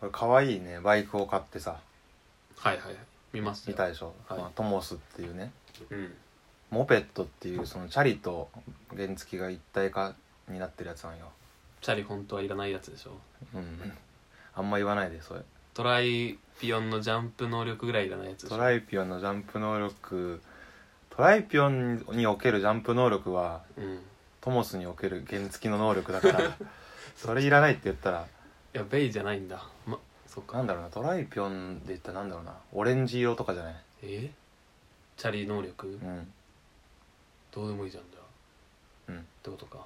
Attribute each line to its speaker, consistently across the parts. Speaker 1: これ可愛いねバイクを買ってさ
Speaker 2: はいはい見ました
Speaker 1: 見
Speaker 2: よ
Speaker 1: たでしょ、
Speaker 2: はい
Speaker 1: まあ、トモスっていうね
Speaker 2: うん
Speaker 1: モペットっていうそのチャリと原付が一体化になってるやつなんよ
Speaker 2: チャリ本当はいらないやつでしょ
Speaker 1: うんあんま言わないでそれ
Speaker 2: トライピオンのジャンプ能力ぐらいいらないやつでし
Speaker 1: ト
Speaker 2: ょ
Speaker 1: ライピオンのジャンプ能力トライピオンにおけるジャンプ能力は
Speaker 2: うんい
Speaker 1: トモスにおける原付の能力だからそれいらないって言ったら
Speaker 2: やベイじゃないんだまそっか
Speaker 1: なんだろうなトライピョンで言ったらなんだろうなオレンジ色とかじゃない
Speaker 2: えチャリ能力、
Speaker 1: うん
Speaker 2: どうでもいいじゃんじゃ
Speaker 1: う
Speaker 2: あ
Speaker 1: ん
Speaker 2: ってことか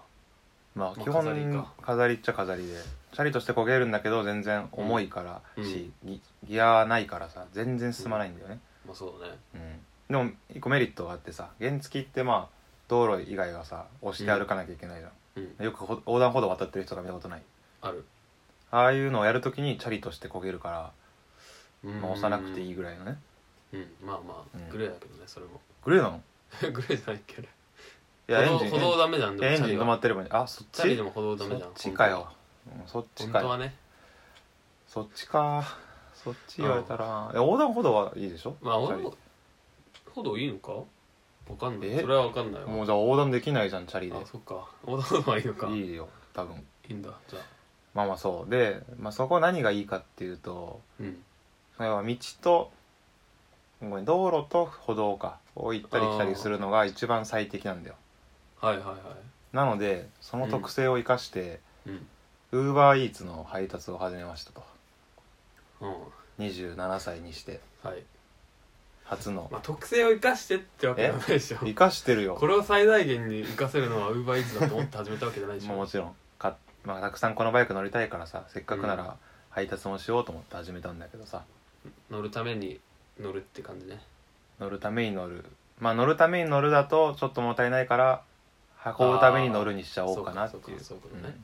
Speaker 1: まあ
Speaker 2: まあ
Speaker 1: 基本
Speaker 2: 飾りか
Speaker 1: 飾りっちゃ飾りでチャリとして焦げるんだけど全然重いから
Speaker 2: うん
Speaker 1: し、ギギアないからさ全然進まないんだよね、
Speaker 2: まあそうだね
Speaker 1: うん、でも一個メリットがあってさ原付ってまあ道路以外はさ押して歩かなきゃいけないじゃん、
Speaker 2: うん
Speaker 1: よくほ横断歩道渡ってる人が見たことない
Speaker 2: ある
Speaker 1: ああいうのをやるときにチャリとして焦げるから、
Speaker 2: うん
Speaker 1: まあ、押さなくてい
Speaker 2: い
Speaker 1: いぐらいのね
Speaker 2: うんまあま
Speaker 1: うん
Speaker 2: あグレーだけどねそれも
Speaker 1: グレーなの
Speaker 2: グレーじゃないけど
Speaker 1: いやエン
Speaker 2: 歩
Speaker 1: ジ
Speaker 2: 道
Speaker 1: ン
Speaker 2: 歩道ダメじゃん
Speaker 1: いやエ
Speaker 2: チ
Speaker 1: ン
Speaker 2: ャ
Speaker 1: ジン
Speaker 2: リ
Speaker 1: 止
Speaker 2: は
Speaker 1: まってればいいあそっ
Speaker 2: チャリ
Speaker 1: ち
Speaker 2: でも歩道ダ
Speaker 1: そ
Speaker 2: メ
Speaker 1: っ
Speaker 2: じゃん
Speaker 1: ちかようんそっち
Speaker 2: 本
Speaker 1: か
Speaker 2: 当は
Speaker 1: よ
Speaker 2: ね
Speaker 1: そっちかそっち言われたらえ横断歩道はいいでしょ
Speaker 2: まあ
Speaker 1: チャ
Speaker 2: 俺
Speaker 1: リ
Speaker 2: も歩道いいのかわかんな
Speaker 1: え
Speaker 2: いそれはわかんない
Speaker 1: も
Speaker 2: わ
Speaker 1: うじゃあ横断できないじゃんチャリで
Speaker 2: あそっか歩道はいいのかい
Speaker 1: いいよ多分
Speaker 2: いんだじゃあ
Speaker 1: まあまあそうで、まあ、そこ何がいいかっていうと
Speaker 2: うん
Speaker 1: それは道とごめん道路と歩道かを行ったり来たりするのが一番最適なんだよ
Speaker 2: はいはいは
Speaker 1: なのでその特性を生かして、
Speaker 2: いうん
Speaker 1: ウーバーイーツの配達を始めましたと
Speaker 2: うん
Speaker 1: 27歳にして
Speaker 2: はい
Speaker 1: 初の
Speaker 2: まあ特性を生かしてってわけじゃないでしょ
Speaker 1: 生かしてるよ
Speaker 2: これを最大限に生かせるのはウーバーイーツだと思って始めたわけじゃないでし
Speaker 1: まあも
Speaker 2: ょ
Speaker 1: ちろんか、まあ、たくさんこのバイク乗りたいからさせっかくなら配達もしようと思って始めたんだけどさ
Speaker 2: 乗るために乗るって感じね
Speaker 1: 乗るために乗るまあ乗るために乗るだとちょっともったいないから運ぶために乗るにしちゃおうかなっていう
Speaker 2: あーそうかそうかそういうことね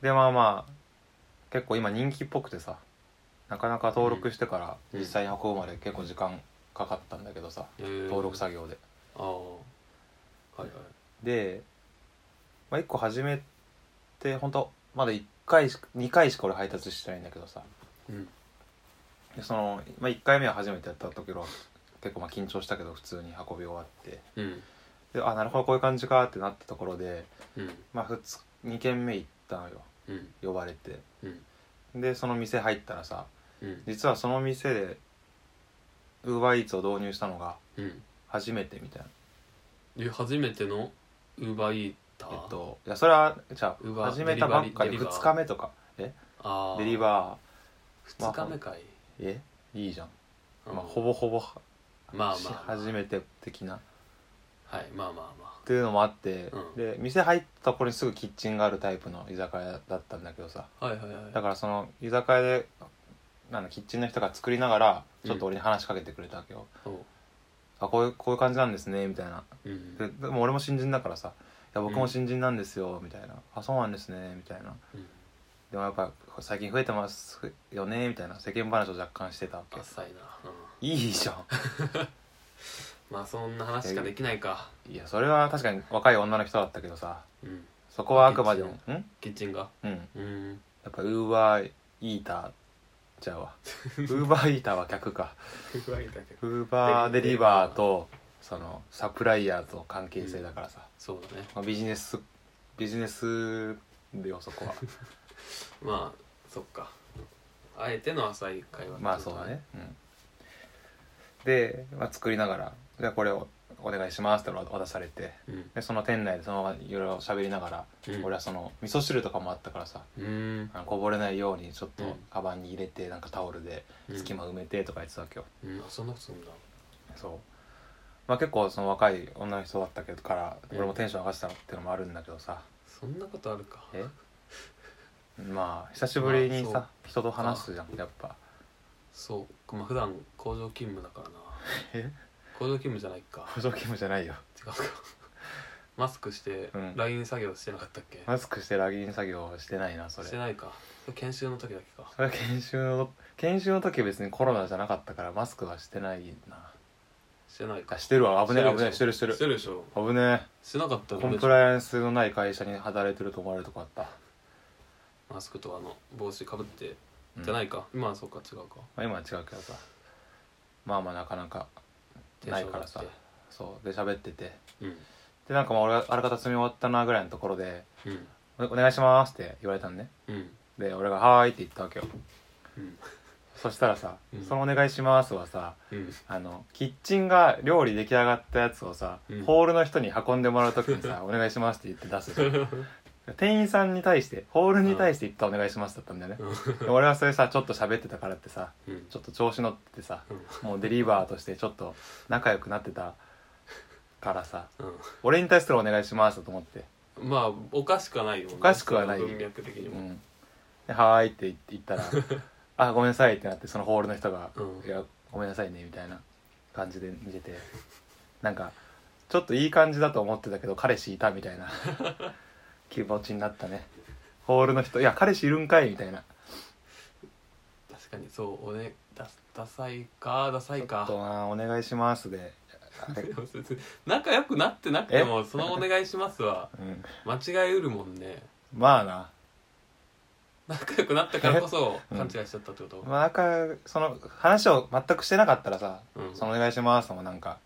Speaker 1: んでまあまあ結構今人気っぽくてさなかなか登録してから
Speaker 2: うん
Speaker 1: 実際に運ぶまで結構時間かかったんだけどさ、登
Speaker 2: 登
Speaker 1: 録作業で
Speaker 2: ああはいはい
Speaker 1: で、まあ、1個始めて本当まだ1回しか2回しか俺配達してないんだけどさ
Speaker 2: うん
Speaker 1: でその、まあ、1回目は初めてやった時は結構まあ緊張したけど普通に運び終わって
Speaker 2: うん
Speaker 1: であなるほどこういう感じかってなったところで、
Speaker 2: うん
Speaker 1: まあ、2, 2軒目行ったのよ
Speaker 2: うん
Speaker 1: 呼ばれて
Speaker 2: うん
Speaker 1: でその店入ったらさ
Speaker 2: うん
Speaker 1: 実はその店で UberEats を導入したのが
Speaker 2: うん
Speaker 1: 初めてみたいな
Speaker 2: で初めてのウーバーイータ
Speaker 1: え
Speaker 2: ー
Speaker 1: っといやそれはじゃあ
Speaker 2: Uber
Speaker 1: 始めたばっか
Speaker 2: デ
Speaker 1: り
Speaker 2: リバリ
Speaker 1: 2日目とかえ
Speaker 2: ああ
Speaker 1: デリバ
Speaker 2: 2日目かい、
Speaker 1: ーえいいじゃん、
Speaker 2: うん
Speaker 1: まあ、ほぼほぼ
Speaker 2: まあ
Speaker 1: し
Speaker 2: まあ
Speaker 1: 初めて的なっ
Speaker 2: はいまあまあま
Speaker 1: ていうのもあって、
Speaker 2: うん
Speaker 1: で店入ったところにすぐキッチンがあるタイプの居酒屋だったんだけどさ
Speaker 2: あはいはいはい
Speaker 1: だからその居酒屋でなんだキッチンの人が作りながらちょっと俺に話しかけてくれたわけよ、
Speaker 2: そ
Speaker 1: あこういうこういう感じなんですねみたいな
Speaker 2: ううん
Speaker 1: ででも俺も新人だからさ「いや僕も
Speaker 2: うん
Speaker 1: 新人なんですよ」みたいな「あそうなんですね」みたいな
Speaker 2: うん
Speaker 1: 「でもやっぱ最近増えてますよね」みたいな世間話を若干してたわけ
Speaker 2: 浅いな、うん、
Speaker 1: いいじゃん
Speaker 2: まあそんな話しかできないか
Speaker 1: いやそれは確かに若い女の人だったけどさ
Speaker 2: うん
Speaker 1: そこはあくまでも
Speaker 2: いいで
Speaker 1: ん
Speaker 2: キッチンが
Speaker 1: うんや
Speaker 2: うん
Speaker 1: っぱウーバーイーターちゃ うわウーバーイーターは客か
Speaker 2: ウーバーイーター結構
Speaker 1: ウーバーデリバーとそのサプライヤーとの関係性だからさ、
Speaker 2: そうだね
Speaker 1: まあ、ビジネスビジネスでよそ こは
Speaker 2: まあそっかあえての浅い会話ってこと
Speaker 1: まあそうだね、うん、で、まあ、作りながら「じゃあこれをお願いします」って渡されて
Speaker 2: うん
Speaker 1: でその店内でそのままいろいろ喋りながら、
Speaker 2: うん
Speaker 1: 俺はその味噌汁とかもあったからさ
Speaker 2: うん
Speaker 1: あのこぼれないようにちょっ
Speaker 2: うん
Speaker 1: とカバンに入れてなんかタオルで
Speaker 2: うん
Speaker 1: 隙間埋めてとか言ってたわけよ、
Speaker 2: うんあそんなことするんだ
Speaker 1: そうまあ結構その若い女の人だったけどから
Speaker 2: うん
Speaker 1: 俺もテンション上がってたのってのもあるんだけどさ、
Speaker 2: そんなことあるか
Speaker 1: えまあ久しぶりに
Speaker 2: まあ
Speaker 1: さ人と話すじゃんやっぱ
Speaker 2: そうまあ普段工場勤務だからな
Speaker 1: え
Speaker 2: 工場勤務じゃないか
Speaker 1: 補助勤務じゃないよ
Speaker 2: 違うかマスクして
Speaker 1: うん
Speaker 2: LINE 作業してなかったっけ、
Speaker 1: マスクしてラギン作業してないなそれ
Speaker 2: してないか研修の時だけか
Speaker 1: それは研修の研修の時別にコロナじゃなかったからマスクはしてないな
Speaker 2: してないか
Speaker 1: あしてるわ危ねえ
Speaker 2: で
Speaker 1: 危
Speaker 2: し
Speaker 1: ね
Speaker 2: ょ
Speaker 1: えしてるしてる
Speaker 2: してるでしょ
Speaker 1: 危ね
Speaker 2: してなかった
Speaker 1: え
Speaker 2: ら
Speaker 1: コンプライアンスのない会社に働いてると思われるとこあった
Speaker 2: マスクとあの帽子かぶって
Speaker 1: うん
Speaker 2: じゃないか今はそっか違うか
Speaker 1: まあ、今は違うけどさまあまあなかなかないからさ
Speaker 2: 手相だ
Speaker 1: そうで喋ってて
Speaker 2: ってうん
Speaker 1: でなんかまあ俺があらかた積み終わったなぐらいのところで
Speaker 2: うん
Speaker 1: 「おお願いします」って言われたんね
Speaker 2: うん
Speaker 1: で俺が「はーい」って言ったわけよ
Speaker 2: うん
Speaker 1: そしたらさ「
Speaker 2: うん
Speaker 1: そのお願いします」はさ
Speaker 2: うん
Speaker 1: あのキッチンが料理出来上がったやつをさ、
Speaker 2: うん
Speaker 1: ホールの人に運んでもらう時に さ「お願いします」って言って出すじゃん店員さんに対してホールに対して言った「お願いします」だったんだよね、で俺はそれさちょっと喋ってたからってさ
Speaker 2: うん
Speaker 1: ちょっと調子乗っててさ
Speaker 2: うん
Speaker 1: もうデリバーとしてちょっと仲良くなってたからさ
Speaker 2: う
Speaker 1: 俺に対する「お願いします」だと思って
Speaker 2: んまあおかしくはないよね
Speaker 1: おかしくはない
Speaker 2: その文脈的
Speaker 1: 「う
Speaker 2: にも
Speaker 1: ん、ではーい」って言ったら 「あごめんなさい」ってなってそのホールの人が
Speaker 2: う
Speaker 1: 「
Speaker 2: ん
Speaker 1: いやごめんなさいね」みたいな感じで見ててなんかちょっといい感じだと思ってたけど彼氏いたみた いな気持ちになったねホールの人「いや彼氏いるんかい」みたいな
Speaker 2: 確かにそうおねダダサいか
Speaker 1: 「
Speaker 2: ダ
Speaker 1: ち
Speaker 2: サ
Speaker 1: ょ
Speaker 2: い
Speaker 1: っと
Speaker 2: か
Speaker 1: なお願いします」であれ
Speaker 2: 仲良くなってなくてもその「お願いします」は
Speaker 1: うん
Speaker 2: 間違えうるもんね
Speaker 1: まあな
Speaker 2: 仲良くなったからこそ
Speaker 1: えうん
Speaker 2: 勘違いしちゃったってこと
Speaker 1: まあなんかその話を全くしてなかったらさ
Speaker 2: う
Speaker 1: 「
Speaker 2: ん
Speaker 1: そのお願いします」もなんか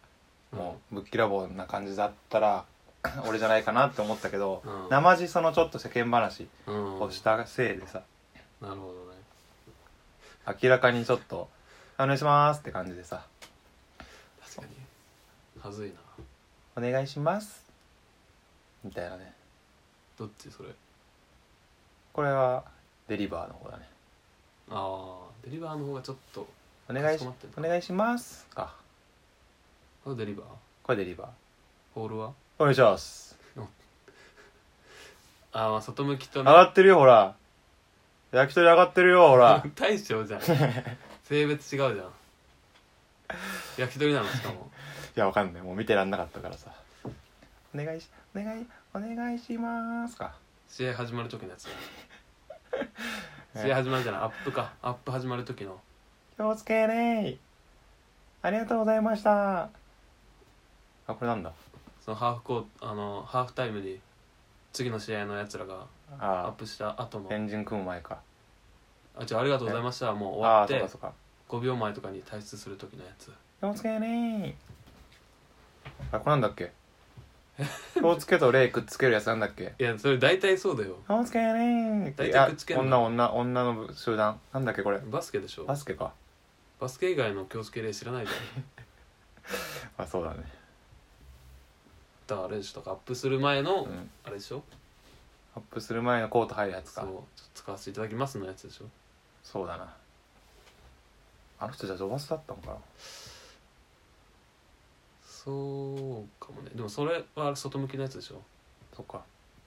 Speaker 1: もうぶっきらぼうな感じだったら 俺じゃないかなって思ったけど
Speaker 2: うん
Speaker 1: なまじそのちょっと世間話
Speaker 2: うん
Speaker 1: をしたせいでさ
Speaker 2: なるほどね
Speaker 1: 明らかにちょっと「お願いします」って感じでさ
Speaker 2: 確かにはずいな
Speaker 1: 「お願いします」みたいなね
Speaker 2: どっちそれ
Speaker 1: これはデリバーの方だね
Speaker 2: ああデリバーの方がちょっと
Speaker 1: 「お願い
Speaker 2: かし
Speaker 1: し
Speaker 2: こまってん
Speaker 1: お
Speaker 2: な
Speaker 1: 願いします」か
Speaker 2: これデリバー
Speaker 1: これデリバー
Speaker 2: ホールは
Speaker 1: お願いします
Speaker 2: あーまあ外向きと
Speaker 1: 上がってるよほら焼き鳥上がってるよほら
Speaker 2: 大 将じゃん性別違うじゃん焼き鳥なのしかも
Speaker 1: いやわかんないもう見てらんなかったからさ「お願いしお願いお願いします」か
Speaker 2: 試合始まる時 のやつ試合始まるじゃないアップかアップ始まる時の
Speaker 1: 気をつけねーありがとうございましたあこれなんだ
Speaker 2: そのハーフコートあのハーフタイムに次の試合のやつらがアッ
Speaker 1: あ
Speaker 2: プした後の
Speaker 1: あエンジン組む前か
Speaker 2: あじゃあありがとうございましたもう終
Speaker 1: あ
Speaker 2: わ
Speaker 1: あ
Speaker 2: っ
Speaker 1: ーそう
Speaker 2: て
Speaker 1: かそうか
Speaker 2: 5秒前とかに退出する時のやつ
Speaker 1: 気をつけねーあこれなんだっ け気をつけとレイくっつけるやつなんだっけ
Speaker 2: いやそれ大体そうだよ
Speaker 1: 気をつけねー
Speaker 2: 大体くっつけんの
Speaker 1: 女女女の集団なんだっけこれ
Speaker 2: バスケでしょ
Speaker 1: バスケか
Speaker 2: バスケ以外の気をつけ例知らな いじゃん
Speaker 1: あそうだね
Speaker 2: だからあれでしょだからアップする前の、
Speaker 1: うん
Speaker 2: あれでしょ
Speaker 1: アップする前のコート入るやつ
Speaker 2: そう
Speaker 1: か
Speaker 2: ちょっと使わせていただきますのやつでしょ
Speaker 1: そうだなあの人じゃあバスだったのかな
Speaker 2: そうかもねでもそれは外向きのやつでしょ
Speaker 1: そっか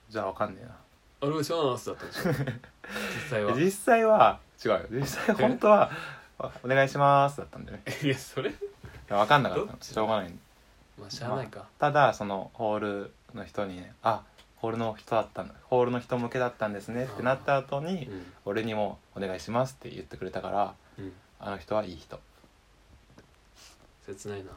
Speaker 1: じゃあわかんねえな
Speaker 2: あれはシャーナスだったで しょ
Speaker 1: 実
Speaker 2: 実際は
Speaker 1: 際は違うよ実際本当は「お願いします」だったんだよね
Speaker 2: いやそれ
Speaker 1: 分かんなかった
Speaker 2: どっ
Speaker 1: の
Speaker 2: ち
Speaker 1: しょうがない
Speaker 2: まあしゃあないか、
Speaker 1: ただそのホールの人にね「あホールの人だったんだホールの人向けだったんですね」ってなった後に俺にも「お願いします」って言ってくれたから
Speaker 2: うんうん
Speaker 1: あの人はいい人
Speaker 2: 切ないな